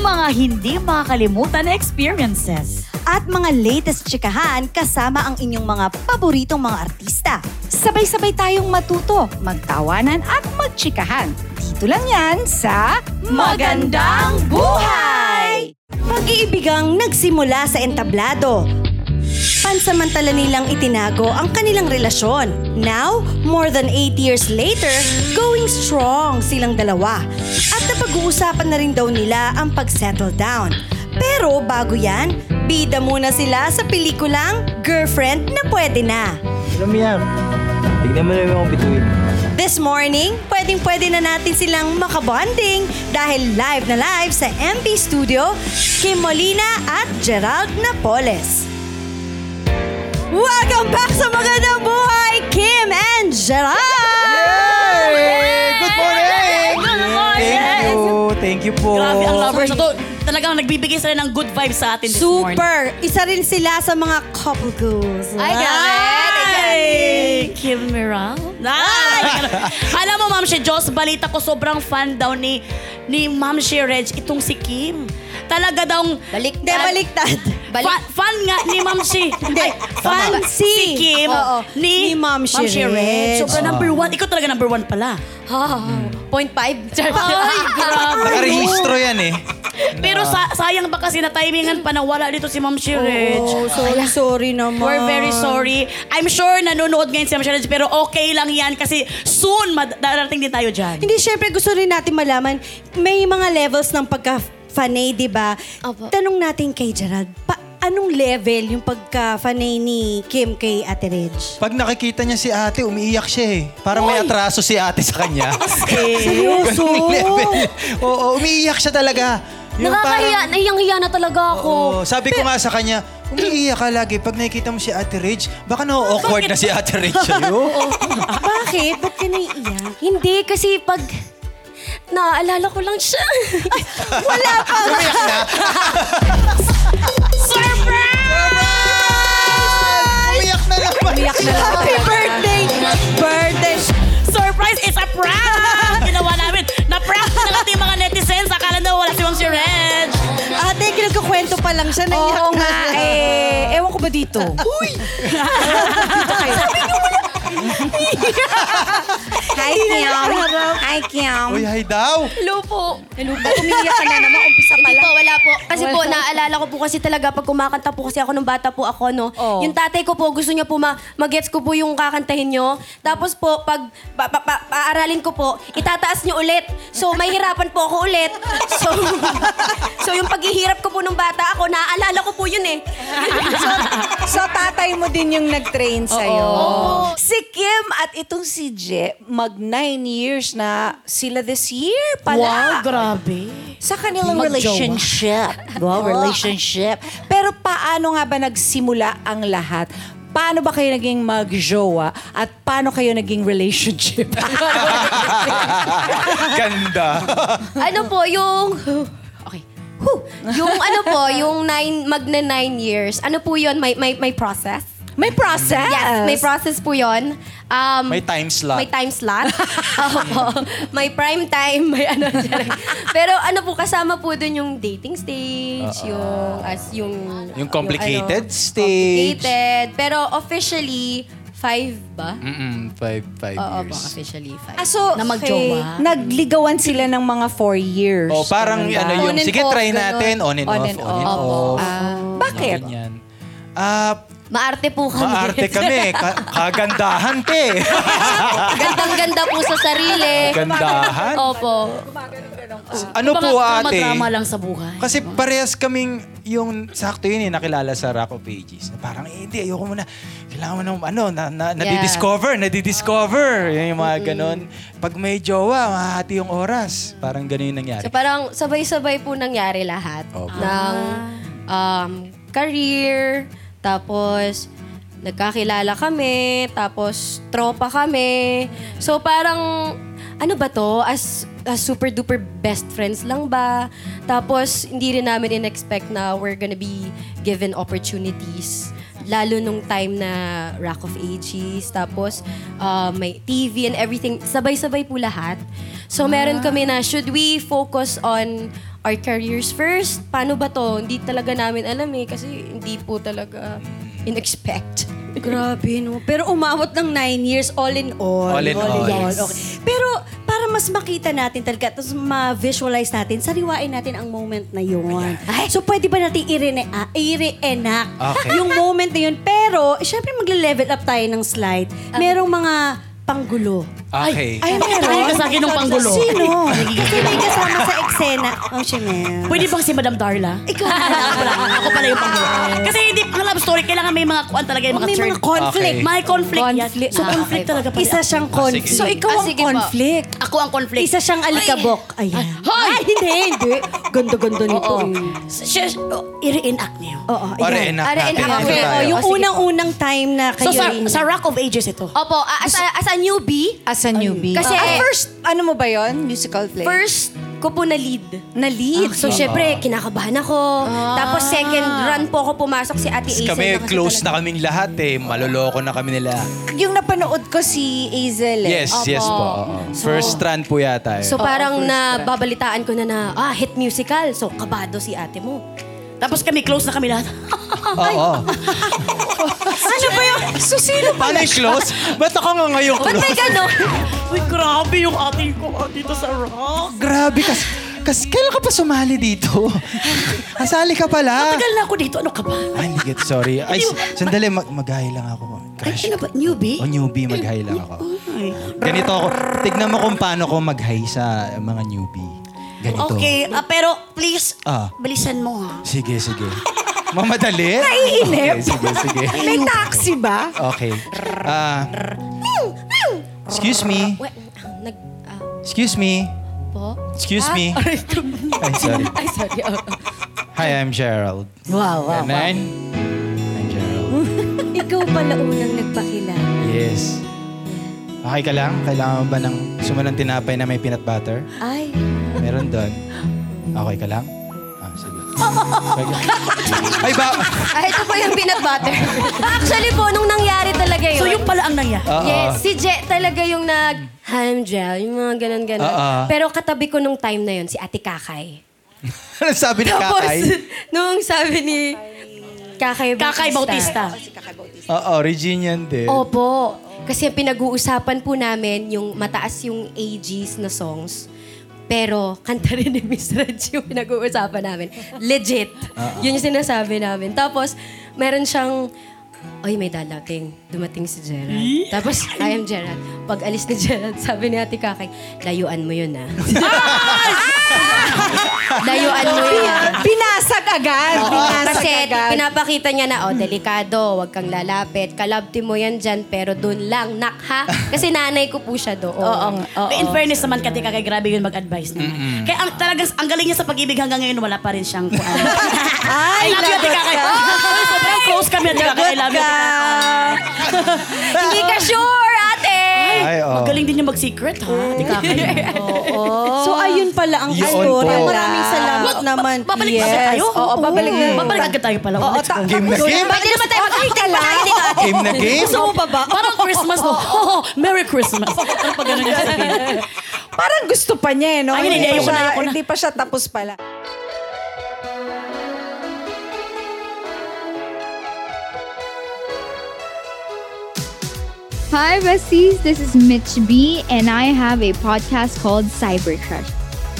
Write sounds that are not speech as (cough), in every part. Mga hindi makakalimutan na experiences. At mga latest chikahan kasama ang inyong mga paboritong mga artista. Sabay-sabay tayong matuto, magtawanan at magtsikahan. Dito lang yan sa Magandang Buhay! Pag-iibigang nagsimula sa entablado. Pansamantala nilang itinago ang kanilang relasyon. Now, more than 8 years later, going strong silang dalawa. At napag-uusapan na rin daw nila ang pag-settle down. Pero bago yan, bida muna sila sa pelikulang Girlfriend na Pwede Na. Lumiyak. Tignan mo na yung mga bituin. This morning, pwedeng-pwede na natin silang makabonding dahil live na live sa MP Studio, Kim Molina at Gerald Napoles. Welcome back sa Magandang Buhay, Kim and Gerald! Good morning! Good morning! Thank you. Thank you po. Grabe, ang lovers na to. Talagang nagbibigay sila ng good vibes sa atin this morning. Super! Isa rin sila sa mga couple goals. I got it! Kim Miral? Ay! Alam mo, Ma'am She Joss, balita ko sobrang fan daw ni ni Ma'am She Reg, itong si Kim. Talaga daw... Balik Hindi, baliktad. Fan, fan nga ni Ma'am Shi. (laughs) Hindi, fan Tama. si, Kim. Oo. Ni Ni, Ma'am Shi Reg. Sobra number one. Ikaw talaga number one pala. Point five? Ay, grabe. Nakarehistro yan eh. Pero sa, sayang ba kasi na timingan pa na wala dito si Ma'am Shi Reg. Oh, sorry, sorry naman. We're very sorry. I'm sure nanonood ngayon si Ma'am Shi Reg, pero okay lang yan kasi soon mad- darating din tayo dyan. Hindi, syempre gusto rin natin malaman, may mga levels ng pagka-fanay, di ba? Tanong natin kay Gerald, pa- anong level yung pagka-fanay ni Kim kay Ate Reg? Pag nakikita niya si ate, umiiyak siya eh. Parang may atraso si ate sa kanya. Seryoso? Ganung Eh, level. Oo, umiiyak siya talaga. Yung Nakakahiya, nahiyang-hiya na talaga ako. Oo, sabi ko nga sa kanya, umiiyak ka lagi. Pag nakikita mo si Ate Rich, baka na-awkward na si Ate (laughs) Rich (laughs) Oh sa'yo. Bakit? Ba't ka naiiyak? Hindi, kasi pag naaalala ko lang siya. Umiiyak na. Surprise! Umiiyak na naman. Umiiyak na Happy birthday! Birthday! Surprise! It's a prank! Ginawa namin. Na-prank na lang yung mga netizens. Akala na wala si Ma'am Shi Reg. Ate, kinagkakwento Ah, pa lang siya, naiiyak Oo na nga siya. eh. Ewan ko ba dito? Uy! Hi, Kim. Hi, Kim. Uy, hi daw. (laughs) Hello po. Hello ba? Umiiyak ka na naman. Umpisa pa Hindi lang. po, wala po. Kasi po, naaalala ko po kasi talaga pag kumakanta po kasi ako nung bata po ako, no? Yung tatay ko po, gusto niya po ma- magets ko po yung kakantahin niyo. Tapos po, pag pa- pa- pa- paaralin ko po, itataas niyo ulit. So, mahirapan po ako ulit. So, (laughs) so yung paghihirap ko po nung bata ako, naaalala ko po yun eh. So, tatay mo din yung nag-train sa'yo. Si Kim at itong si Je, mag nine years na sila this year pala. grabe. Sa kanilang relationship. Wow, relationship. Pero paano nga ba nagsimula ang lahat? Paano ba kayo naging mag-jowa? At paano kayo naging relationship? Ganda. ano po, yung... Okay. Whew. Yung ano po, yung nine, magna nine years. Ano po yun? May, may, may process? may process. Yes, may process po yun. Um, May time slot. May time slot. (laughs) Opo. may prime time. May ano. (laughs) Pero ano po, kasama po dun yung dating stage, yung as yung... Yung complicated ano, stage. Complicated. Pero officially, five ba? Mm. Mm-mm, five, five Oo po, years. officially five. Ah, so, Na mag-jowa. okay, Nagligawan sila ng mga four years. O parang Ganun ba? ano yung, Diba? On and sige off, try ganun. natin, on and On off, and on and off. off. Ah, bakit? Ganyan. Ah, Maarte po kami. Eh, maarte (laughs) kami. Ka- kagandahan te. Gandang-ganda po sa sarili. Gandahan. oh, Opo. Ano po ate? Drama lang sa buhay. Kasi parehas kaming yung sakto yun eh, nakilala sa Rock of Ages. Na parang, eh, hindi, ayoko muna. Kailangan mo ng, ano, na, na, nadidiscover, nadidiscover. Ah. Yan yung mga ganon. Pag may jowa, mahati yung oras. Parang ganun yung nangyari. So parang sabay-sabay po nangyari lahat. Opo. Ng um, career, tapos nagkakilala kami, tapos tropa kami. So parang, ano ba to? As, as super duper best friends lang ba? Tapos hindi rin namin in-expect na we're gonna be given opportunities. Lalo nung time na Rack of Ages, tapos uh, may TV and everything. Sabay-sabay po lahat. So Ah. meron kami na, should we focus on our careers first. Paano ba to? Hindi talaga namin alam eh kasi hindi po talaga in-expect. Grabe, no? Pero umawat ng nine years, all in all. All in all. Yes. Okay. Pero para mas makita natin talaga, tapos ma-visualize natin, sariwain natin ang moment na yun. So pwede ba natin i-rene- ah, i-re-enact Okay. yung moment na yun? Pero, syempre magle-level up tayo ng slide. Merong mga panggulo. Okay. Ay, meron? Ah. Ay, ka sa akin ng panggulo. (laughs) Sino? Kasi may kasama sa eksena. Oh, siya meron. Pwede bang si Madam Darla? Ikaw. Ako pala, ako pala yung panggulo. Kasi hindi, ang love story, kailangan may mga kuan talaga, yung mga May turn. mga conflict. Okay. May conflict, Conflict. yan. So, Ah, conflict okay. talaga pala. Isa siyang conflict. sige. So ikaw Ah, ang sige po. conflict. Ako ang conflict. Isa siyang alikabok. Ayan. Hoy! Ay, hindi, hindi. Ganda-ganda nito. eh. Oo. Siya, oh, i-reenact niyo. Oo, O, ayan. re-enact Ah, natin. Dito re-enact natin. tayo. Oh, yung Oh, sige unang-unang time na kayo So, sa, rin. sa Rock of Ages ito. Opo, ah, as a, as a newbie, As a newbie. Kasi- Ah, first, ano mo ba yon Musical play? first ko po na lead. na lead. So, syempre, kinakabahan ako. Tapos, second run po ako pumasok si Ate Ace. Kami, close na kaming lahat eh. Maloloko na kami nila. Yung napanood ko si Hazel eh. Yes, yes po. Oo. First strand po yata eh. So, parang nababalitaan ko na na, ah, hit musical. So, kabado si ate mo. Tapos kami, close na kami lahat. (laughs) Oo. Ano ba yun? So, sino Paano yung close? Ba't ako nga ngayon Ba't may close? gano'n? Uy, grabe yung ating ko ah, dito sa Rock. Grabe, kas, kas, kailan ka pa sumali dito? Asali ka pala. Tagal na ako dito, ano ka ba? Ay, hindi get sorry. Ay, s- sandali, mag mag-hi lang ako. Crush. Ano ba, newbie? O newbie, mag-hi lang ako. Ganito ako. Tignan mo kung paano ko mag-hi sa mga newbie. Ganito. Okay, ah, pero please, Ah. bilisan mo ha. Sige, (laughs) sige. Mamadali? Naiinip. Okay, sige, sige. May Oh, taxi ba? Okay. Ah. excuse me. Wait, ah, nag... ah, Excuse me. po? Ah, Excuse (laughs) me. Ay, sorry. Ay, sorry. Hi, I'm Gerald. Wow, (laughs) wow, wow. Nine? I'm Gerald. Ikaw pala unang nagpakilala. Yes. Okay ka lang? Kailangan mo ba ng sumalang tinapay na may peanut butter? Ay. Meron doon. Okay ka lang? Ah, (laughs) sige. Ay, ba? Ah, ito po yung peanut (laughs) butter. Actually po, nung nangyari talaga yun. So, yung pala ang nangyari. Oo. Yes, si Je talaga yung nag... I'm Jel, yung mga ganon-ganon. Oo. Pero katabi ko nung time na yun, si Ate Kakay. (laughs) Ano sabi ni Tapos, Kakay? (laughs) nung sabi ni Kakay Bautista. Kakay Bautista. Oo, Reginian din. Oh, Opo. Kasi pinag-uusapan po namin yung mataas yung ages na songs. Pero kanta rin ni Miss Reg yung pinag-uusapan namin. Legit. Yun yung sinasabi namin. Tapos, meron siyang, Oy, may dalating. Dumating si Gerald. Tapos, I am Gerald. Pag alis ni Gerald, (laughs) sabi ni Ate Kakay, layuan mo yun ah. (laughs) layuan mo yun (laughs) ah. Binasag agad. Ah. Binasag Kasi agad. pinapakita niya na, oh, delikado, wag kang lalapit. Kalabti mo yan dyan, pero dun lang, nak ha? Kasi nanay ko po siya doon. Oo, nga, oo. In fairness naman, kati kakay, grabe yun mag-advise naman. Kaya ang, talagang, ang galing niya sa pag-ibig hanggang ngayon, wala pa rin siyang kuan. (laughs) I love you, ati kakay. Oh, sobrang close kami, ati kakay. I love you, ati kakay. Hindi ka sure, ate! Ay, oo. Magaling din yung mag-secret, ha? Mm. Ati (laughs) kakay. So, ayun pala ang Yun story. po. Maraming salamat naman. Babalik yes. agad tayo? Oo, babalik na. Babalik agad tayo pala. Oo, Let's ta- go. Game na game? Pwede naman tayo mag-acting pa tayo dito, ate. Game na game? Gusto mo pa ba? Parang Christmas, (laughs) no? Oh, (laughs) Merry Christmas. Parang pag ganun niya sabihin. Parang gusto pa niya eh, no? Ay, hindi, pa ayoko na, siya- ayoko na. Hindi pa siya tapos pala. Hi, besties. This is Mitch B, and I have a podcast called Cyber Crush.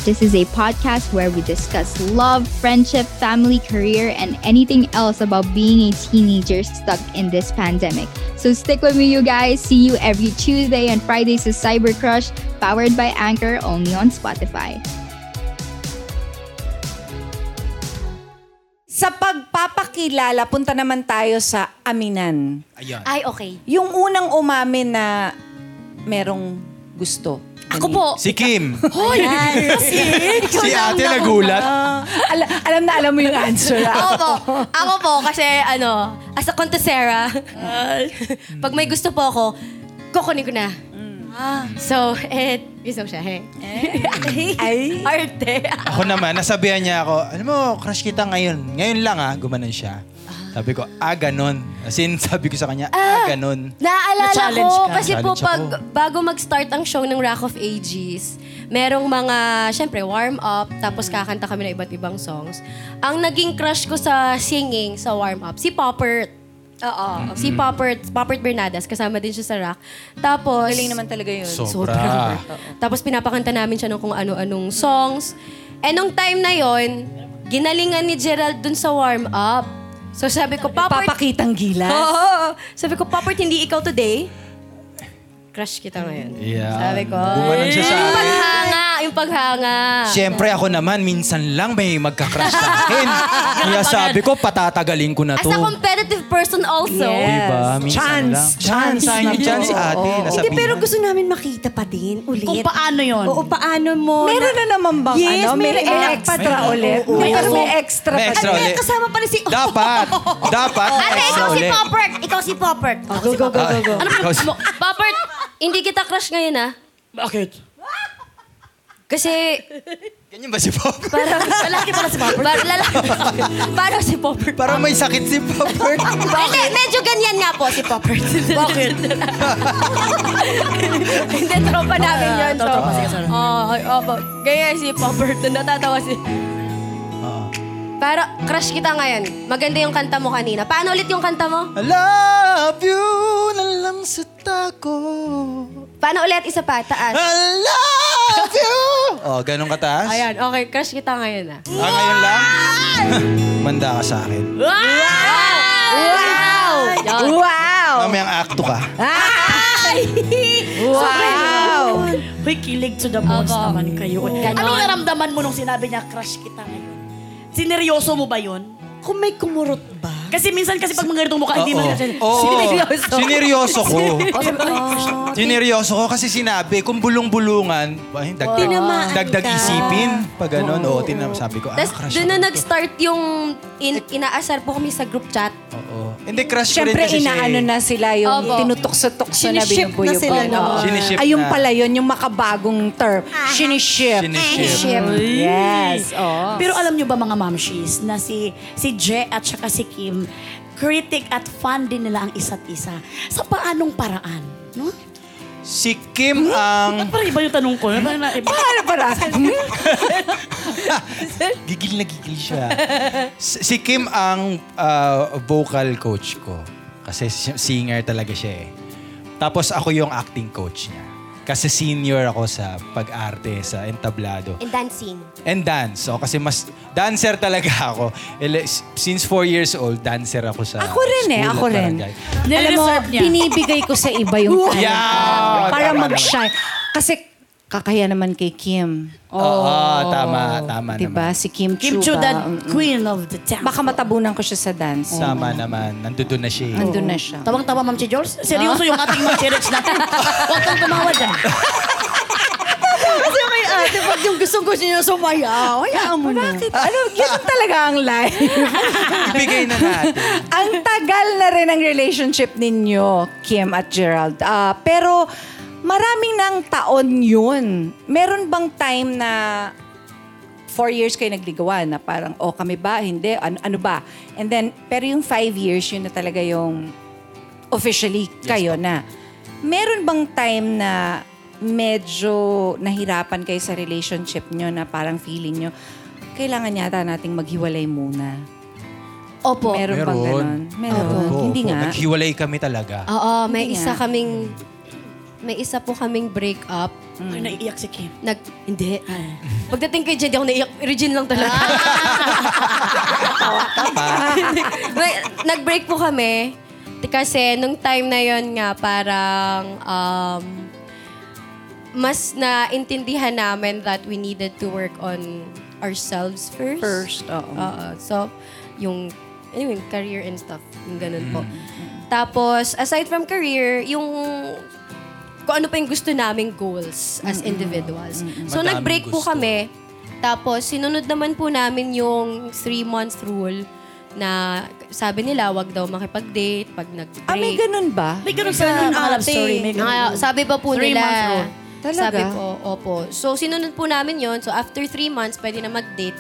This is a podcast where we discuss love, friendship, family, career, and anything else about being a teenager stuck in this pandemic. So stick with me, you guys. See you every Tuesday and Fridays is Cyber Crush, powered by Anchor, only on Spotify. Sa pagpapakilala, punta naman tayo sa aminan. Ah, Ayun. Ay, okay. Yung unang umamin na merong gusto. Ako po. Si Kim. Hoy! Kasi, si ate nagulat. Ah, ala- alam na alam mo yung answer. ah. (laughs) Ako Oh. (laughs) po. Ako po kasi ano, as a contesera, Mm. (laughs) pag may gusto po ako, kukunin ko na. Ah, Mm. so, eh, gusto ko siya, eh. Ay. Arte. Ako naman, nasabihan niya ako, alam mo, crush kita ngayon. Ngayon lang ah, gumanon siya. Sabi ko, ah, ganon. As in, (laughs) sabi ko sa kanya, ah, ganon. Naaalala Na-challenge ko, ka. kasi po Challenge pag ako. bago mag-start ang show ng Rock of Ages, merong mga, syempre, warm-up, tapos kakanta kami ng iba't ibang songs. Ang naging crush ko sa singing, sa warm-up, si Poppert. Oo, si Poppert, Poppert Bernadas, kasama din siya sa rock. Tapos, Galing naman talaga yun. Sobra. tapos pinapakanta namin siya ng kung ano-anong songs. And nung time na yon, ginalingan ni Gerald dun sa warm-up. So sabi ko, Poppert, Papakitang gilas. Oh. Oo. oo. Sabi ko, Poppert, hindi ikaw today. Crush kita ngayon. Yeah. Sabi ko. Gumanon siya sa akin. Yung paghanga, yung paghanga. Siyempre ako naman, minsan lang may magka-crush sa akin. Kaya sabi ko, patatagalin ko na As to. a competitive person also. Yeah. Diba? Minsan Chance. lang. Chance Chance. Chance. na Chance, yun. ate. Oo. Nasabihan. Hindi, pero gusto namin makita pa din ulit. kung paano yon? Oo, paano mo? Meron na naman bang Yes, ano? may react extra. pa tra ulit. Oo. May- Pero may May extra May pa extra din. ulit. Kasama pa rin si... Dapat. Dapat. Ate, extra ikaw si ulit. Poppert! Ikaw si Poppert! Go, go, go, go, go. Ano ba Ikaw si- mo? Poppert, hindi kita crush ngayon ah. Bakit? Kasi Ganyan ba si Pop? parang... (laughs) Lalaki pala si Poppert. Parang lalaki. (laughs) parang si Poppert. Parang may sakit si Popper. Hindi, medyo ganyan nga po si Poppert. Bakit? (laughs) Hindi, tropa namin yun. So, tropa, sige, sorry. Oo, oh, oh, ganyan si Poppert. Natatawa si... Ah. Para, crush kita ngayon. Maganda yung kanta mo kanina. Paano ulit yung kanta mo? I love you na lang sa tako. Paano ulit? Isa pa, taas. I love you! Oh, ganun kataas? Ayan. Ayan, okay. Crush kita ngayon ah. Ah, ngayon lang? (laughs) Manda ka sa akin. Wow! Yun. Wow! Mamayang akto ka. Wow! Hoy, kilig to the bones Aba. naman kayo. Ganon. Anong naramdaman mo nung sinabi niya, crush kita ngayon? Sineryoso mo ba yun? Kung may kumurot ba? Kasi minsan kasi pag mga ganitong mukha, hindi man kasi... Oo. Sineryoso. Sineryoso ko. (laughs) Sineryoso ko kasi sinabi, kung bulong-bulungan, ay, dagdag, Tinamaan dagdag ka. isipin. Pag ganun, oo, tinam, sabi ko, ah, Tapos crush doon na ako. nag-start yung in- inaasar po kami sa group chat. Oo. Hindi, crush ko rin Siyempre, kasi inaano siya. eh. na sila yung Opo. tinutukso-tukso na Siniship na binubuyugan. sila, no? Oo. Siniship Ayun na. pala yun, yung makabagong term. Siniship. Siniship. Yes, oo. Pero alam niyo ba mga mamshis na si si Je at saka si Kim, critic at fan din nila ang isa't isa. Sa paanong paraan? No? Si Kim ang... Ba't Ah, (laughs) parang iba yung tanong ko? Parang na- iba. Para para. gigil na gigil siya. S- si Kim ang ah, vocal coach ko. Kasi si- singer talaga siya eh. Tapos ako yung acting coach niya. Kasi senior ako sa pag-arte, sa entablado. And dancing. And dance. Oh, kasi mas dancer talaga (laughs) ako. Ele- s- Since four years old, dancer ako sa Ako school rin eh, at ako rin. barangay. Alam mo, Nireserve niya. binibigay ko sa iba yung talent. Yeah! Para Tama mag-shine. Kasi kakaya naman kay Kim. Oo, tama, tama naman. Diba? Si Kim Kim Chu Chu, ba? the Mm-mm. queen of the town. Baka matabunan ko siya sa dance. Sama naman. Nandoon na siya eh. Oh. Nandun na siya. Tawang-tawa, Ma'am Che George. Seryoso yung ating Ma'am Che Rex (laughs) natin. Huwag kang tumawa dyan. Kasi may ate, pag yung gustong gusto niya sumayaw, hayaan mo na. Oh, Ano, ganun talaga ang life. Ibigay na natin. ang tagal na rin ang relationship ninyo, Kim at Gerald. Ah, pero maraming ng taon yun. Meron bang time na four years kayo nagligawan na parang, oh kami ba, hindi, ano, ano ba? And then, pero yung five years, yun na talaga yung officially kayo na. Meron bang time na medyo nahirapan kayo sa relationship nyo na parang feeling nyo, kailangan yata nating maghiwalay muna. Opo. Meron, bang ganun? Meron. Opo, Hindi opo. nga. Naghiwalay kami talaga. Oo, may Hindi isa nga. kaming may isa po kaming break up. Ay, naiiyak si Kim. Nag hindi. Pagdating kay Jed, di ako naiyak. Regine lang talaga. May- Nag-break po kami. Di- Kasi nung time na yon nga, parang um, mas naintindihan namin that we needed to work on ourselves first. First, oo. Oo. So, yung, anyway, career Mm-hmm. and stuff. Yung ganun po. Tapos, aside from career, yung kung ano pa yung gusto naming goals as Mm-hmm. individuals. So, Madaming nag-break po gusto. kami. Tapos, sinunod naman po namin yung three-month rule na sabi nila, wag daw makipag-date pag nag-break. Ah, may ganun ba? May ganun sa mga love ate. story. May ganun. Ah, sabi pa po Three nila. months old. Talaga? Sabi po, opo. So, sinunod po namin yon So, after three months, pwede na mag-date.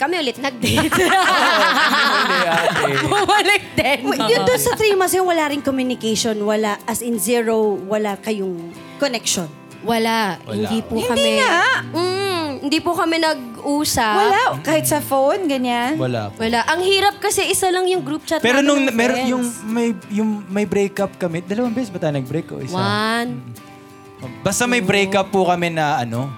Kami ulit nag-date. (laughs) Hindi, ate. Bumalik din. Wait, yun doon sa three months, yun, wala rin communication. Wala, as in zero, wala kayong connection. Wala. Wala. Hindi po Hindi kami. nga. Mm, hindi po kami Diba? nag-usap. Wala. Kahit sa phone, ganyan. Wala po. Wala. Ang hirap kasi isa lang yung group chat Pero namin nung ng meron friends. yung may yung may breakup kami, dalawang beses ba tayo nag-break o isa? One. Basta may breakup po kami na ano,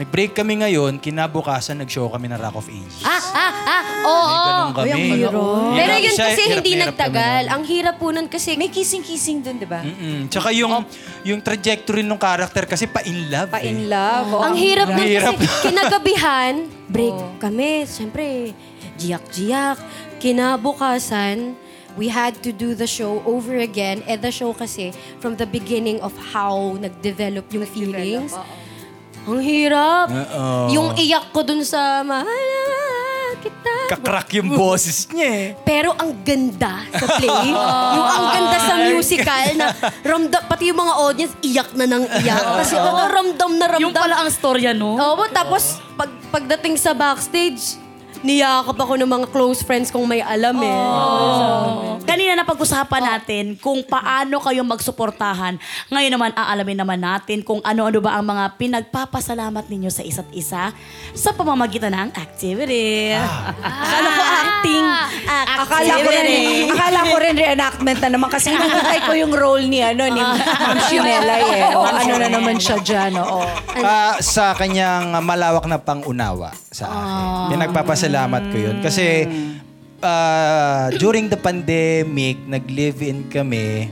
nag-break kami ngayon, kinabukasan nag-show kami ng Rock of Ages. Ah, ah, ah. Oo. May ganun kami. Yun Pero ang yun isa, kasi hirap hindi na hirap kami nagtagal. nun. Ang hirap po nun kasi May kissing-kissing dun, diba? di ba? Mm-mm. Tsaka yung, yung trajectory ng character kasi pa-in love. eh. Pa-in love. oo. Ang hirap Ang nun hirap. kasi (laughs) kinagabihan, break kami. Siyempre, jiyak-jiyak. Kinabukasan, we had to do the show over again. Eh, the show kasi from the beginning of how nag-develop yung feelings. Ang hirap. Oo. Yung iyak ko dun sa mahal kita. Kakrack yung boses niya eh. Pero ang ganda sa play. (laughs) yung Ah. ang ganda sa musical na ramdam, pati yung mga audience, iyak na ng (laughs) iyak. Kasi oh, ramdam na ramdam. Yung pala ang storya, no? Oh Oo, tapos pag, pagdating sa backstage, niyakap ako ng mga close friends kong may alam eh. Oh. Kanina na pag-usapan natin kung paano kayo magsuportahan. Ngayon naman aalamin naman natin kung ano-ano ba ang mga pinagpapasalamat ninyo sa isa't isa sa pamamagitan ng activity. ano po acting? Ah, activity. Akala ko rin, akala ko rin reenactment na naman kasi hinahintay ko yung role ni ano ni Ma'am Shionela (laughs) eh. O Oh. ano na naman siya dyan, oo. Ah, sa kanyang malawak na pangunawa sa akin. Pinagpapasalamat ko yun. Kasi ah, during the pandemic, nag-live-in kami,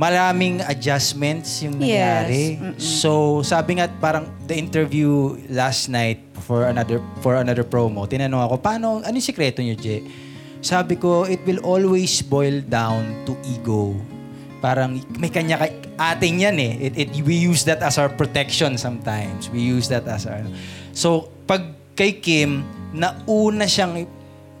maraming adjustments yung Yes. nangyari. So, sabi nga parang the interview last night for another for another promo, tinanong ako, paano, ano yung sikreto niyo, Je? Sabi ko, it will always boil down to ego. Parang may kanya kay atin yan eh. It, it, we use that as our protection sometimes. We use that as our... So, pag kay Kim, nauna siyang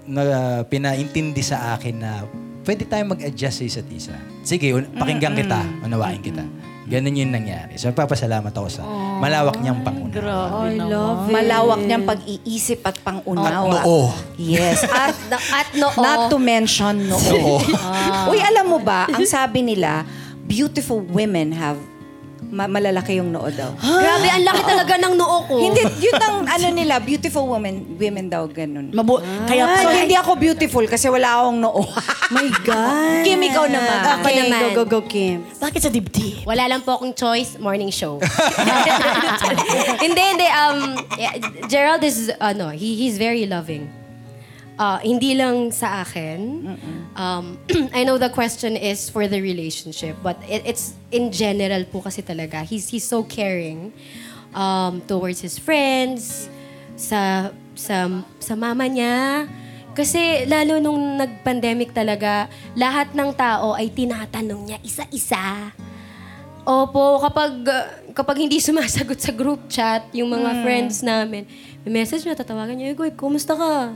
na pinaintindi sa akin na pwede tayong mag-adjust sa isa't isa. Sige, Mm, un- pakinggan kita, unawain kita. Ganun yung nangyari. So, papasalamat ako sa Oh, malawak niyang pangunawa. I love Malawak niyang pag-iisip at pangunawa. At noo. Yes. At, At noo. not to mention noo. Oo. (laughs) Uy, alam mo ba, ang sabi nila, beautiful women have ma- malalaki yung noo daw. Grabe, ang laki talaga ng noo ko. Hindi, yun ang ano nila, beautiful women, women daw, ganun. Mabu- Kaya So, pala, hindi ako beautiful kasi wala akong noo. My God. Ah, Kim, ikaw Ah. naman. Ako Okay, naman. go, go, go, Kim. bakit sa dibdib? Wala lang po akong choice, morning show. (laughs) hindi, hindi. Um, yeah, Gerald is, ano, he, he's very loving. Uh, hindi lang sa akin. Um, (clears throat) I know the question is for the relationship, but it, it's in general po kasi talaga. He's, he's so caring um, towards his friends, sa, sa, sa mama niya. Kasi lalo nung nag-pandemic talaga, lahat ng tao ay tinatanong niya isa-isa. Opo, kapag uh, kapag hindi sumasagot sa group chat yung mga friends namin, may message na tatawagan niya, "Uy, kumusta ka?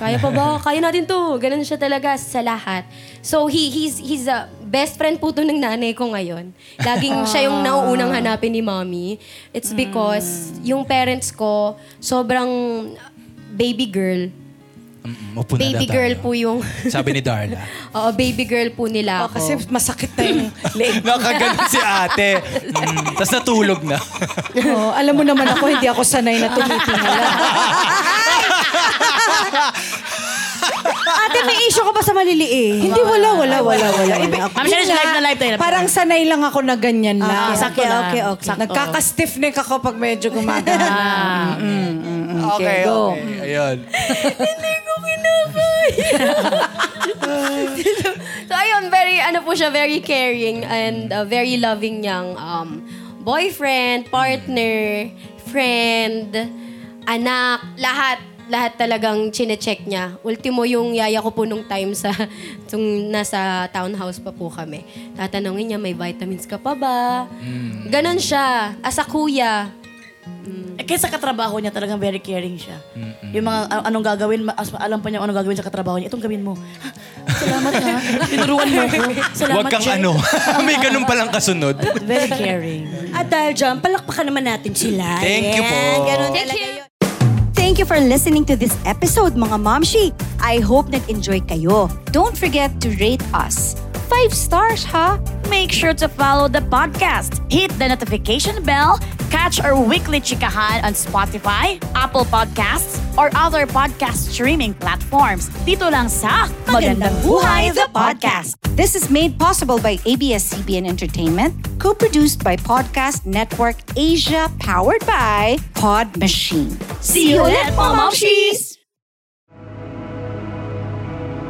Kaya pa ba? Kaya natin 'to." Ganun siya talaga sa lahat. So he he's he's a best friend po to ng nanay ko ngayon. Laging siya yung nauunang hanapin ni mommy. It's because yung parents ko sobrang baby girl. Mm, Upo na Baby daw girl tayo. po yung (laughs) Sabi ni Darla. Oo, baby girl po nila Ah, ako. kasi masakit na yung (laughs) Eh. leg. Nakaganon si ate. Mm, Tapos natulog na. Oh, alam mo naman ako, hindi ako sanay na tumitingala. Ate, may issue ka ba sa maliliit? hindi, wala, wala, wala, wala. Iba- Ma'am Sharice, yun live na nga, live tayo na. Parang sanay lang ako na ganyan Ah, na. sakto okay, lang. okay, okay. Sakto. Nagkaka-stiff neck ako pag medyo gumagana. Ah. Okay, go. Oh. (laughs) Ayun. So ayun, very ano po siya, very caring and uh, very loving niyang um, boyfriend, partner, friend, anak, lahat lahat talagang chine-check niya. Ultimo yung yaya ko po nung time sa, (laughs) nung nasa townhouse pa po kami. Tatanungin niya, may vitamins ka pa ba? Ganon siya. As a kuya. Eh, kaysa katrabaho niya talagang very caring siya. Yung mga a- anong gagawin, ma- as, alam pa niya kung anong gagawin sa katrabaho niya. Itong gawin mo. (laughs) "Ha, Salamat ha. (laughs) Tinuruan mo ako. (laughs) Salamat, Huwag kang Jay." (laughs) ano. (laughs) May ganun palang kasunod. Very caring. (laughs) At dahil dyan, palakpakan naman natin sila. Thank you po. Ayan, ganun Thank talaga you. yun. Thank you for listening to this episode, mga Momshi. I hope nag-enjoy kayo. Don't forget to rate us. Five stars, ha? Make sure to follow the podcast. Hit the notification bell. Catch our weekly chikahan on Spotify, Apple Podcasts, or other podcast streaming platforms. Dito lang sa Magandang Buhay The Podcast. This is made possible by ABS-CBN Entertainment, co-produced by Podcast Network Asia, powered by Pod Machine. See you ulit, Momshies!